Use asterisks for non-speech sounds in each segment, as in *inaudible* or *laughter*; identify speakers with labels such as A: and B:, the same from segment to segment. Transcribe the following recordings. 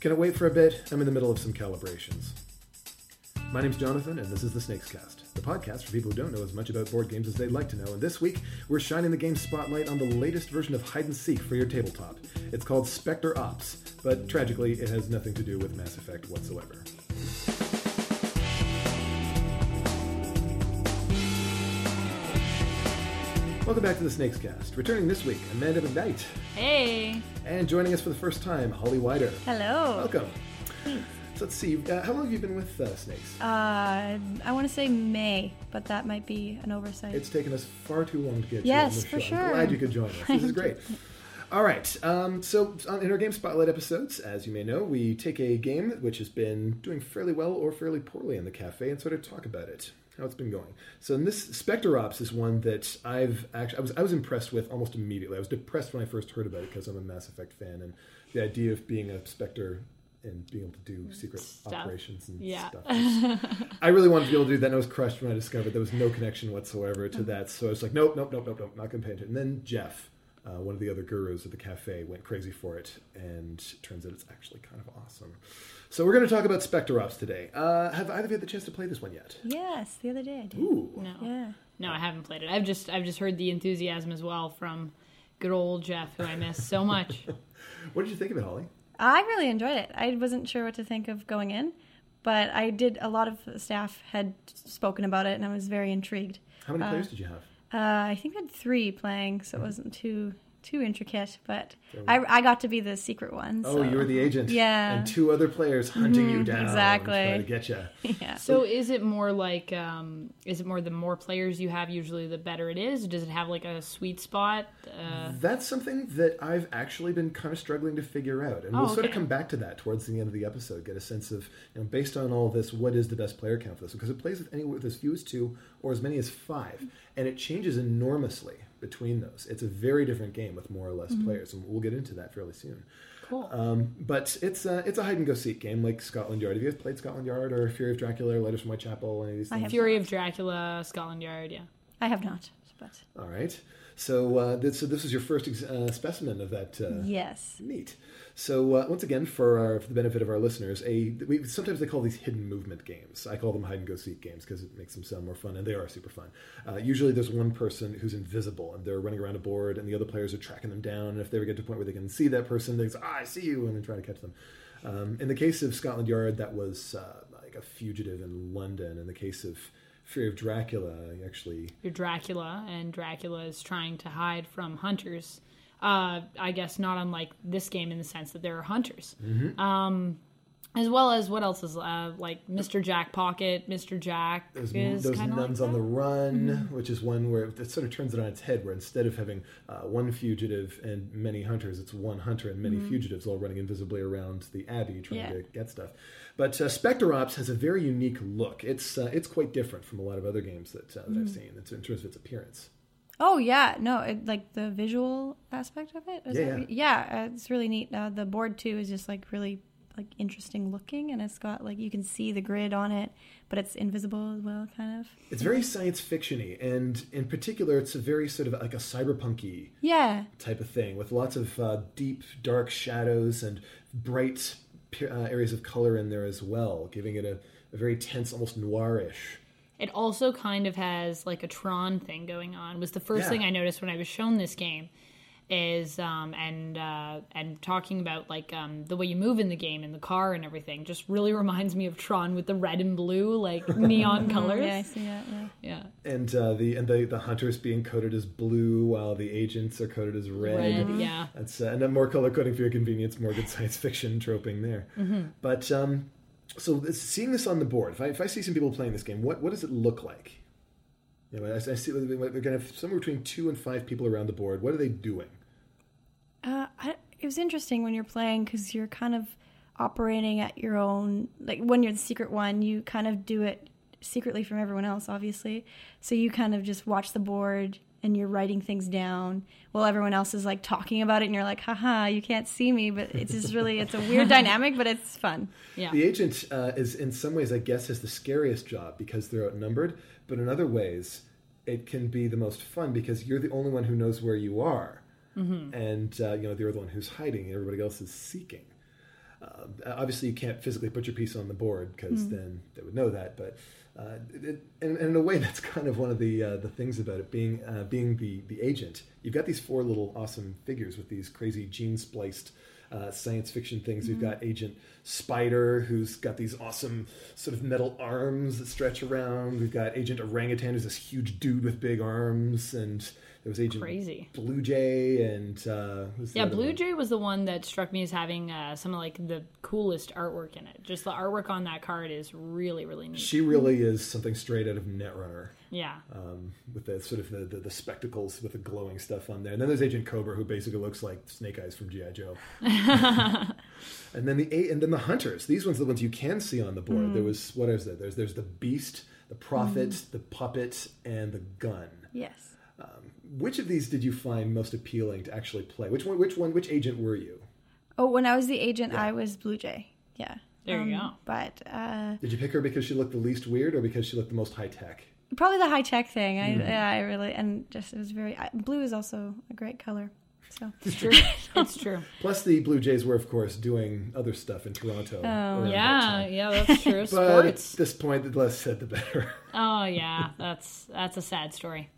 A: Can it wait for a bit? I'm in the middle of some calibrations. My name's Jonathan, and this is the Snakes Cast, the podcast for people who don't know as much about board games as they'd like to know. And this week, we're shining the game spotlight on the latest version of Hide and Seek for your tabletop. It's called Spectre Ops, but tragically, it has nothing to do with Mass Effect whatsoever. Welcome back to the Snakes Cast. Returning this week, Amanda McKnight,
B: Hey.
A: and joining us for the first time, Holly Wider.
B: Hello.
A: Welcome. So let's see, uh, how long have you been with uh, Snakes?
B: Uh, I want to say May, but that might be an oversight.
A: It's taken us far too long to get
B: Yes,
A: you on
B: for
A: the show. I'm
B: sure.
A: glad you could join us. This is
B: *laughs*
A: great. All right. Um, so on in our game spotlight episodes, as you may know, we take a game which has been doing fairly well or fairly poorly in the cafe and sort of talk about it, how it's been going. So in this Spectre Ops is one that I've actually I was I was impressed with almost immediately. I was depressed when I first heard about it because I'm a Mass Effect fan and the idea of being a Spectre and being able to do secret
B: Stuff.
A: operations and
B: Yeah.
A: stuff is I really wanted to be able to do that, and I was crushed when I discovered there was no connection whatsoever
B: Mm-hmm.
A: to that. So I was like, nope, nope, nope, nope, nope, not going to paint it. And then Jeff, uh, one of the other gurus at the cafe, went crazy for it, and turns out it's actually kind of awesome. So we're going to talk about Spectre Ops today. Uh, have either of you had the chance to play this one yet?
B: yes, the other day I did.
A: Ooh.
C: No,
B: Yeah.
C: no, I haven't played it. I've just I've just heard the enthusiasm as well from good old Jeff, who I miss so much.
A: What did you think of it, Holly?
B: I really enjoyed it. I wasn't sure what to think of going in, but I did. A lot of the staff had spoken about it, and I was very intrigued.
A: How many players did you have?
B: Uh, I think we had three playing, so it
A: Mm-hmm.
B: wasn't too too intricate. But I, I got to be the secret one.
A: Oh,
B: so-
A: you were the agent.
B: Yeah. Mm-hmm.
A: And two other players hunting you down.
B: exactly.
A: Trying to get you.
B: *laughs* yeah.
C: So is it more like um, is it more the more players you have, usually the better it is? Does it have like a sweet spot? Uh,
A: That's something that I've actually been kind of struggling to figure out, and
C: Oh,
A: we'll sort of
C: okay.
A: come back to that towards the end of the episode. Get a sense of, you know, based on all this, what is the best player count for this? Because it plays with anywhere with as few as two or as many as five, and it changes enormously between those. It's a very different game with more or less
B: Mm-hmm.
A: players, and we'll get into that fairly soon.
C: cool.
A: Um, but it's a, it's a hide and go seek game like Scotland Yard. Have you guys played Scotland Yard or Fury of Dracula or Letters from Whitechapel? Any of these
B: I
A: things?
B: have
C: Fury of Dracula, Scotland Yard. Yeah.
B: I have not, but
A: All right. So, uh, this, so this is your first ex- uh, specimen of that. Uh,
B: yes.
A: Neat. So uh, once again, for, our, for the benefit of our listeners, a we, sometimes they call these hidden movement games. I call them hide and go seek games because it makes them sound more fun, and they are super fun. Uh, usually, there's one person who's invisible, and they're running around a board, and the other players are tracking them down. And if they ever get to a point where they can see that person, they say, ah, "I see you," and then try to catch them. Um, in the case of Scotland Yard, that was uh, like a fugitive in London. In the case of Fear of Dracula, you actually
C: You're Dracula, and Dracula is trying to hide from hunters. Uh, I guess not unlike this game in the sense that there are hunters,
A: Mm-hmm.
C: um, as well as what else is uh, like Mr. Jack Pocket, Mr. Jack
A: those,
C: is
A: those
C: kind of
A: nuns
C: like
A: on the
C: that. Mm-hmm.
A: run, which is one where it sort of turns it on its head, where instead of having uh, one fugitive and many hunters, it's one hunter and
C: Mm-hmm.
A: many fugitives all running invisibly around the abbey trying
B: Yeah.
A: to get stuff. But uh, Spectre Ops has a very unique look. It's uh, it's quite different from a lot of other games that, uh, that
C: Mm-hmm.
A: I've seen. It's in terms of its appearance.
B: Oh yeah, no, it, like the visual aspect of it. Is
A: Yeah,
B: that- yeah, uh, it's really neat. Uh, the board too is just like really like interesting looking, and it's got like you can see the grid on it, but it's invisible as well, kind of.
A: It's very science fictiony, and in particular, it's a very sort of like a cyberpunky
B: Yeah,
A: type of thing with lots of uh, deep dark shadows and bright p- uh, areas of color in there as well giving it a, a very tense almost noirish
C: It also kind of has like a Tron thing going on. Was the first
A: Yeah.
C: thing I noticed when I was shown this game is um, and uh, and talking about like um, the way you move in the game in the car and everything just really *laughs* reminds me of Tron with the red and blue
A: *laughs*
C: like neon colors.
B: Mm-hmm. yeah, I see that. Yeah.
C: yeah.
A: and uh, the and the, the hunters being coded as blue while the agents are coded as red,
C: Red, yeah.
A: That's uh, and then more color coding for your convenience, more good *laughs* science fiction troping there. But um, so this, seeing this on the board, if I, if I see some people playing this game, what, what does it look like? You know, I, I see they're going to have somewhere between two and five people around the board. What are they doing?
B: Uh, I, it was interesting when you're playing because you're kind of operating at your own. Like when you're the secret one, you kind of do it secretly from everyone else, obviously. So you kind of just watch the board and you're writing things down while everyone else is like talking about it, and you're like, haha, you can't see me. But it's just really, it's a
C: *laughs*
B: weird dynamic, but it's fun.
C: Yeah.
A: The agent uh, is, in some ways, I guess, has the scariest job because they're outnumbered. But in other ways, it can be the most fun because you're the only one who knows where you are, and uh, you know you're the one who's hiding, and everybody else is seeking. Um, obviously, you can't physically put your piece on the board because
C: Mm-hmm.
A: then they would know that. But uh, it, and, and in a way, *laughs* that's kind of one of the uh, the things about it being uh, being the the agent. You've got these four little awesome figures with these crazy gene spliced. Uh, science fiction things.
C: Mm-hmm.
A: We've got Agent Spider, who's got these awesome sort of metal arms that stretch around. We've got Agent Orangutan, who's this huge dude with big arms, and there was Agent
C: Crazy.
A: Blue Jay, and uh, who's the
C: Yeah,
A: other
C: Blue
A: one?
C: Jay was the one that struck me as having uh, some of like the coolest artwork in it. Just the artwork on that card is really, really neat.
A: She really is something straight out of Netrunner,
C: yeah,
A: um, with the sort of the, the, the spectacles with the glowing stuff on there. And then there's Agent Cobra, who basically looks like Snake Eyes from GI
C: *laughs*
A: Joe. and then the eight, and then the Hunters. These ones are the ones you can see on the board.
C: Hmm.
A: There was what is there? There's there's the Beast, the Prophet, the Puppet, and the Gun.
B: Yes.
A: Which of these did you find most appealing to actually play? Which one? Which one? Which agent were you?
B: Oh, when I was the agent, I was Blue Jay. Yeah. Um,
C: There you go.
B: But uh,
A: Did you pick her because she looked the least weird, or because she looked the most high tech?
B: probably the high tech thing.
C: Mm-hmm.
B: I, yeah, I really and just it was very I, blue is also a great color. So
C: it's true. *laughs*
A: *laughs*
C: it's true.
A: Plus, the Blue Jays were, of course, doing other stuff in Toronto. around that time.
C: Oh, Yeah, yeah, that's
A: *laughs*
C: true.
A: But at
C: Sports.
A: this point, the less said, the better.
C: Oh yeah, that's that's a sad story.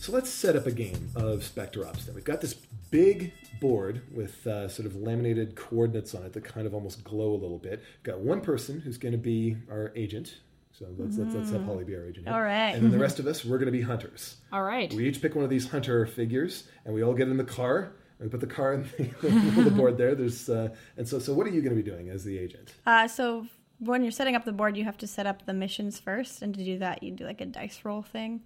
A: So let's set up a game of Spectorops. Then we've got this big board with uh, sort of laminated coordinates on it that kind of almost glow a little bit. We've got one person who's going to be our agent. So let's, let's, let's have Holly be our agent. here.
B: Mm. All right.
A: And then
B: *laughs*
A: the rest of us, we're going to be hunters.
C: All right.
A: We each pick one of these hunter figures, and we all get in the car. And we put the car in the, *laughs*
B: *laughs*
A: the board there. There's uh, and so so. What are you going to be doing as the agent?
B: Uh, so when you're setting up the board, you have to set up the missions first, and to do that, you do like a dice roll thing.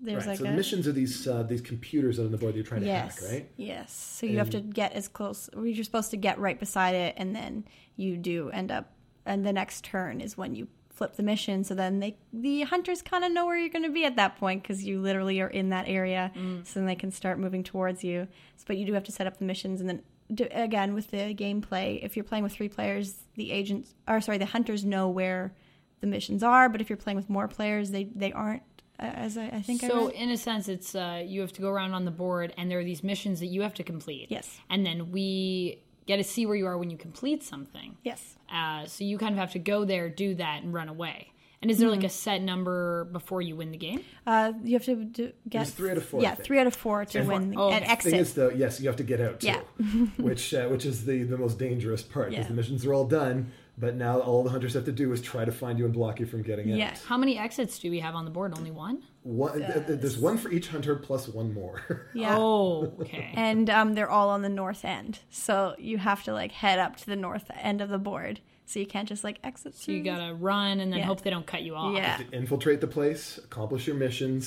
B: There's
A: right.
B: like
A: so
B: a
A: the missions are these uh, these computers on the board that you're trying to
B: yes,
A: hack, right?
B: yes. So you have to get as close. You're supposed to get right beside it, and then you do end up. And the next turn is when you flip the mission. So then they the hunters kind of know where you're going to be at that point because you literally are in that area. So then they can start moving towards you. So, but you do have to set up the missions, and then do, again with the gameplay. If you're playing with three players, the agents or sorry, the hunters know where the missions are. But if you're playing with more players, they they aren't. uh, As I, I think I
C: So
B: read.
C: in a sense, it's uh, you have to go around on the board, and there are these missions that you have to complete.
B: Yes.
C: And then we get to see where you are when you complete something.
B: yes.
C: Uh, so you kind of have to go there, do that, and run away. And is there
B: Hmm.
C: like a set number before you win the game?
B: Uh, you have to do, get
A: was three out of four, I
B: Yeah,
A: think.
B: three out of four to
A: And
B: win the,
C: Oh,
B: and
C: okay.
A: thing
B: exit.
A: is though yes you have to get out too
B: Yeah.
A: *laughs* which uh, which is the the most dangerous part because
B: Yeah.
A: the missions are all done but now all the hunters have to do is try to find you and block you from getting out
B: Yeah.
C: How many exits do we have on the board? Only one.
A: one, th- th- there's one for each hunter plus one more *laughs*
B: Yeah.
C: Oh, okay.
B: *laughs* And um, they're all on the north end, so you have to like head up to the north end of the board. So you can't just like exit.
C: so you
B: through.
C: gotta run and then
B: Yeah.
C: hope they don't cut you off.
B: Yeah.
A: to infiltrate the place accomplish your missions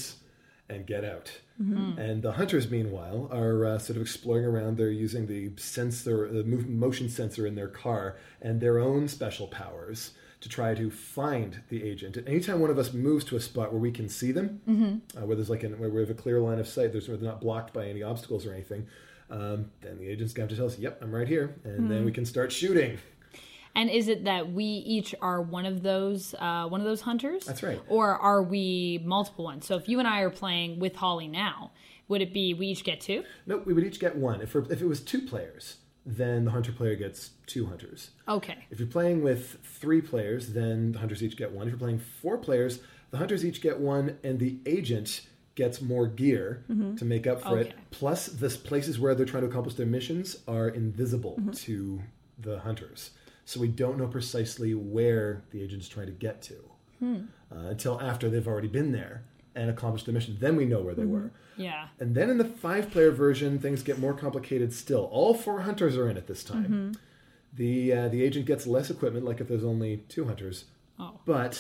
A: and get out and the hunters meanwhile are uh, sort of exploring around they're using the sensor the move, motion sensor in their car and their own special powers to try to find the agent and anytime one of us moves to a spot where we can see them uh, where there's like an, where we have a clear line of sight, there's where they're not blocked by any obstacles or anything. Um, then the agent's gonna have to tell us, "Yep, I'm right here," and then we can start shooting.
C: And is it that we each are one of those uh, one of those hunters?
A: That's right.
C: Or are we multiple ones? So if you and I are playing with Holly now, would it be we each get two?
A: No, we would each get one. If we're, if it was two players, then the hunter player gets two hunters.
C: Okay.
A: If you're playing with three players, then the hunters each get one. If you're playing four players, the hunters each get one, and the agent gets more gear to make up for it.
C: Okay.
A: Plus, the s- places where they're trying to accomplish their missions are invisible to the hunters, so we don't know precisely where the agent's trying to get to uh, until after they've already been there and accomplished the mission. Then we know where they were.
C: Yeah.
A: And then in the five player version, things get more complicated still. All four hunters are in it this time.
C: Mm-hmm.
A: The, uh, the agent gets less equipment, like if there's only two hunters,
C: Oh.
A: but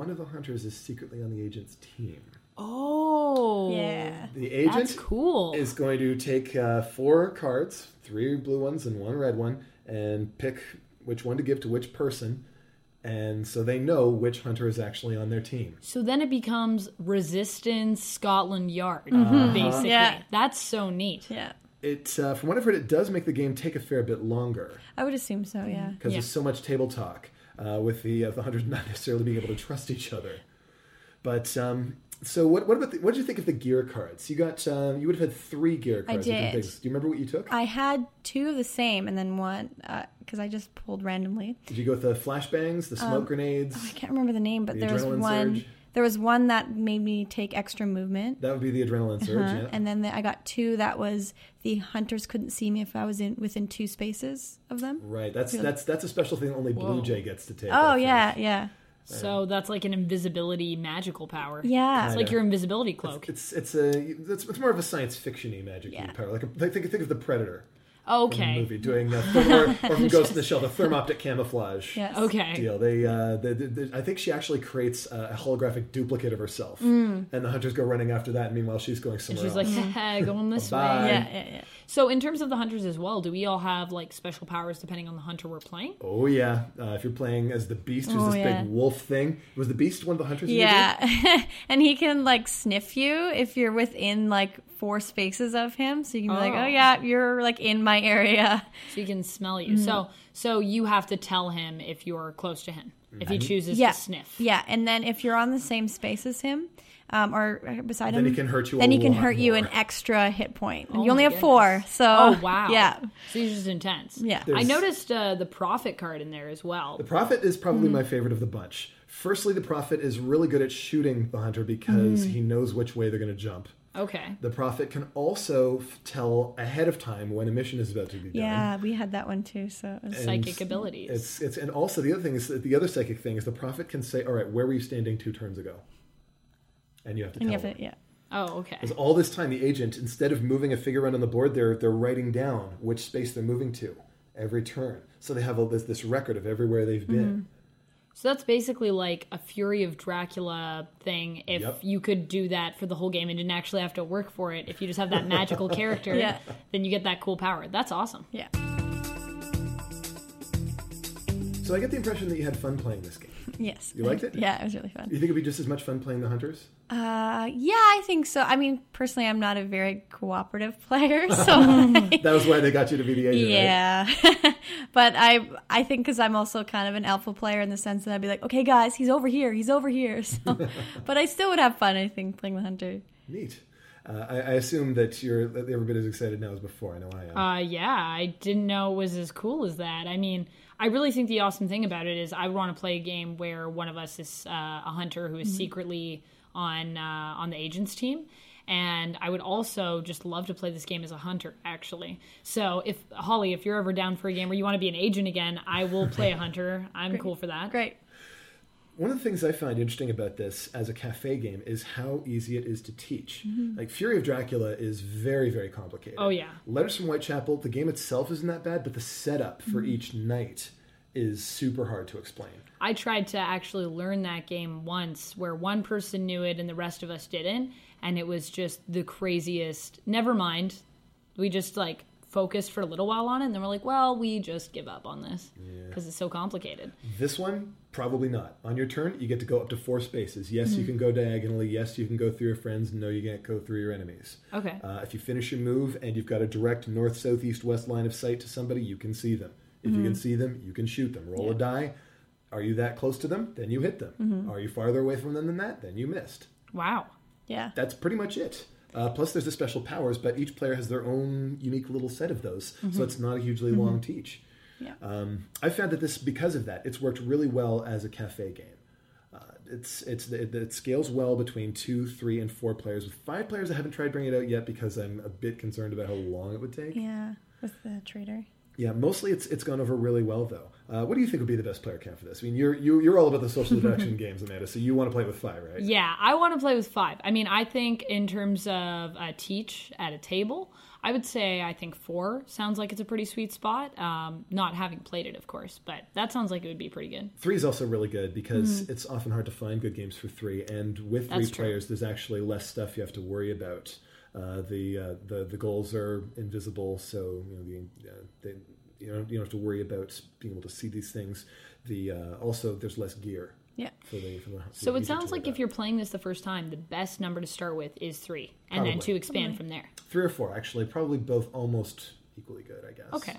A: one of the hunters is secretly on the agent's team.
C: Oh.
B: Yeah.
A: The
C: That's
A: agent
C: cool.
A: is going to take uh, four cards three blue ones and one red one and pick which one to give to which person. And so they know which hunter is actually on their team.
C: so then it becomes Resistance Scotland Yard,
A: Mm-hmm. Uh-huh.
C: basically.
B: Yeah.
C: That's so neat.
B: Yeah,
A: It, uh, from what I've heard, it does make the game take a fair bit longer.
B: I would assume so. Yeah.
A: because
C: Yeah.
A: there's so much table talk uh, with the uh, the hunters not necessarily being able to trust each other. But um, so what? What about the, what did you think of the gear cards? You got um, you would have had three gear cards. of different
B: did. Uh,
A: things. Do you remember what you took?
B: I had two of the same and then one because I just pulled randomly.
A: Did you go with the flashbangs, the
B: um,
A: smoke grenades?
B: I can't remember the name, but
A: The
B: there was
A: adrenaline
B: one.
A: surge?
B: There was one that made me take extra movement,
A: that would be the adrenaline surge.
B: Uh,
A: yeah.
B: and then the, I got two. That was the hunters couldn't see me if I was in within two spaces of them.
A: Right. That's
B: Yeah.
A: that's that's a special thing that only Blue
C: Whoa.
A: Jay gets to take. I
B: Oh
A: think.
B: yeah, yeah,
C: So that's like an invisibility magical power.
B: yeah.
C: It's
A: Kinda.
B: Like,
C: like your invisibility cloak.
A: It's it's a it's, it's more of a science fictiony magic
B: Yeah.
A: power. Like a, think think of the Predator from the
C: okay.
A: movie doing uh,
B: *laughs*
A: therm- or, or from Ghost in the Shell the thermoptic camouflage.
B: yes.
C: Okay.
A: Deal. They, uh, they, they, they- I think she actually creates a holographic duplicate of herself,
B: Mm.
A: and the hunters go running after that. And meanwhile, she's going
C: And
A: somewhere
C: she's
A: else.
C: like,
B: Mm-hmm.
C: "Haha, going this
A: Bye.
C: way.
B: Yeah, yeah, yeah.
C: So in terms of the hunters as well, do we all have like special powers depending on the hunter we're playing?
A: Oh yeah! Uh, if you're playing as the Beast, who's
B: Oh,
A: this
B: yeah.
A: big wolf thing, was the Beast one of the hunters? in your group?
B: Yeah, *laughs* and he can like sniff you if you're within like four spaces of him. So you can be like,
C: Oh.
B: oh yeah, you're like in my
A: *laughs*
B: area.
C: So he can smell you.
B: Mm.
C: So so you have to tell him if you're close to him. If he chooses
B: Yeah,
C: to sniff.
B: Yeah, and then if you're on the same space as him, um, or beside
A: Then
B: him,
A: he can hurt you
B: Then
A: a
B: he can
A: lot
B: hurt you
A: more.
B: an extra hit point.
C: Oh
B: you only
C: my
B: have four,
C: goodness.
B: so
C: Oh wow.
B: yeah,
C: So he's just intense.
B: Yeah.
C: I
A: There's-
C: noticed uh, the profit card in there as well.
A: The Prophet is
B: Hmm.
A: probably my favorite of the bunch. Firstly, the Prophet is really good at shooting the hunter because
B: Hmm.
A: he knows which way they're going to jump.
C: Okay.
A: The Prophet can also f- tell ahead of time when a mission is about to be done.
B: yeah. We had that one too. So it was-
A: And
C: Psychic abilities.
A: It's it's and also the other thing is that the other psychic thing is the Prophet can say, "All right, where were you standing two turns ago?" And you have to
B: and you
A: tell. them.
B: have to, yeah.
C: Oh, okay.
A: Because all this time, the agent, instead of moving a figure around on the board, they're they're writing down which space they're moving to every turn. So they have all this this record of everywhere they've been.
C: So that's basically like a Fury of Dracula thing. If
A: Yep.
C: you could do that for the whole game and didn't actually have to work for it, if you just have
A: *laughs*
C: that magical character,
B: Yeah.
C: then you get that cool power. That's awesome.
B: Yeah. Mm-hmm.
A: So I get the impression that you had fun playing this game.
B: Yes.
A: You liked it?
B: *laughs* Yeah, it was really fun.
A: You think it'd be just as much fun playing the hunters?
B: Uh, yeah, I think so. I mean, personally, I'm not a very cooperative *laughs* player, so like,
A: That was why they got you to be the agent. right?
B: yeah. *laughs* but I, I think because I'm also kind of an alpha player in the sense that I'd be like, okay, guys, he's over here, he's over here. *laughs* So, but I still would have fun. I think playing the hunter.
A: Neat. Uh, I, I assume that you're that every bit as excited now as before. I know I am.
C: Uh, yeah, I didn't know it was as cool as that. I mean, I really think the awesome thing about it is I would want to play a game where one of us is uh, a hunter who is
B: Mm-hmm.
C: secretly on uh, on the agent's team. And I would also just love to play this game as a hunter, actually. So, if Holly, if you're ever down for a game where you want to be an agent again, I will play a
B: *laughs*
C: hunter. I'm cool for that.
B: Great.
A: One of the things I find interesting about this as a cafe game is how easy it is to teach. Like Fury of Dracula is very, very complicated.
C: Mm-hmm. Oh, yeah.
A: Letters from Whitechapel, the game itself isn't that bad, but the setup for
C: Mm-hmm.
A: each night is super hard to explain.
C: I tried to actually learn that game once where one person knew it and the rest of us didn't. And it was just the craziest. Never mind. We just like focused for a little while on it and then we're like, well, we just give up on this because it's so complicated.
A: This one, probably not. On your turn, you get to go up to four spaces. Yes,
C: Mm-hmm.
A: you can go diagonally. Yes, you can go through your friends. No, you can't go through your enemies.
C: Okay.
A: Uh, if you finish your move and you've got a direct north, south, east, west line of sight to somebody, you can see them. If you can see them, you can shoot them. Roll a die. Are you that close to them? Then you hit them. Are you farther away from them than that? Then you missed.
C: wow.
B: Yeah.
A: That's pretty much it. Uh, plus, there's the special powers, but each player has their own unique little set of those, so it's not a hugely long teach.
B: Yeah.
A: Um, I found that this, because of that, it's worked really well as a cafe game. Uh, it's it's it, it scales well between two, three, and four players. With five players, I haven't tried bringing it out yet because I'm a bit concerned about how long it would take. Yeah,
B: Yeah. With the trader.
A: mostly it's it's gone over really well though. Uh, what do you think would be the best player count for this? I mean, you're you, you're all about the social deduction games, Amanda, so you want to play with five, right?
C: Yeah, I want to play with five. I mean, I think in terms of a teach at a table, I would say I think four sounds like it's a pretty sweet spot. Um, not having played it, of course, but that sounds like it would be pretty good.
A: Three is also really good because it's often hard to find good games for three, and with three
C: Mm. That's true.
A: players, there's actually less stuff you have to worry about. Uh, the uh, the the goals are invisible, so you know the, uh, they, you don't you don't have to worry about being able to see these things. The uh, also there's less gear
B: Yeah.
A: for the for the.
C: So it sounds like if you're playing this the first time, the best number to start with is three, and then
A: Probably.
C: to expand from there.
A: three or four, actually, probably both almost equally good, I guess.
C: Okay.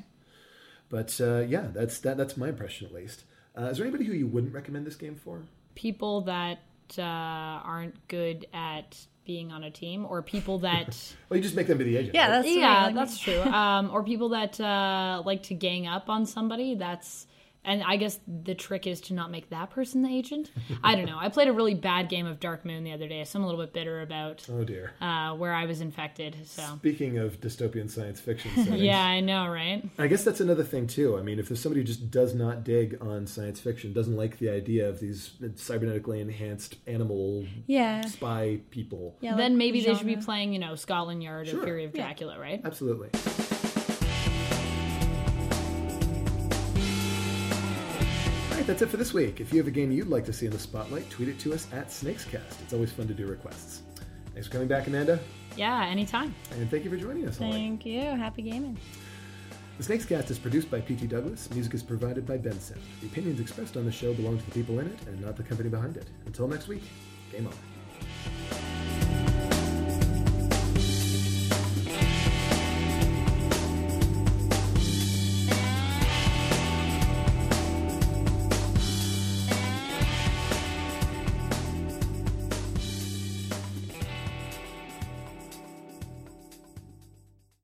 A: But uh, yeah, that's that that's my impression at least. Uh, is there anybody who you wouldn't recommend this game for?
C: People that uh, aren't good at being on a team or people that
A: Well, you just make them be the agent.
B: Yeah,
A: right?
B: that's
C: yeah
B: right.
C: that's true um, or people that uh, like to gang up on somebody that's and i guess the trick is to not make that person the agent i don't know i played a really bad game of dark moon the other day so i'm a little bit bitter about
A: oh dear.
C: uh, where i was infected so
A: Speaking of dystopian science
B: *laughs*
A: fiction settings,
C: yeah i know right
A: I guess that's another thing too. I mean, if there's somebody who just does not dig on science fiction, doesn't like the idea of these cybernetically enhanced animal
B: yeah.
A: spy people,
B: yeah like
C: then maybe they should be
B: genre.
C: playing, you know, Scotland Yard
A: Sure.
C: or Fury of
B: Yeah.
C: Dracula, right?
A: absolutely. All right, That's it for this week. If you have a game you'd like to see in the spotlight, tweet it to us at SnakesCast. It's always fun to do requests. Thanks for coming back, Amanda,
C: Yeah, anytime.
A: and thank you for joining us. Holly.
B: Thank you. Happy gaming.
A: The Snakes Cast is produced by P.T. Douglas. Music is provided by Ben Sound. The opinions expressed on the show belong to the people in it and not the company behind it. Until next week, game on.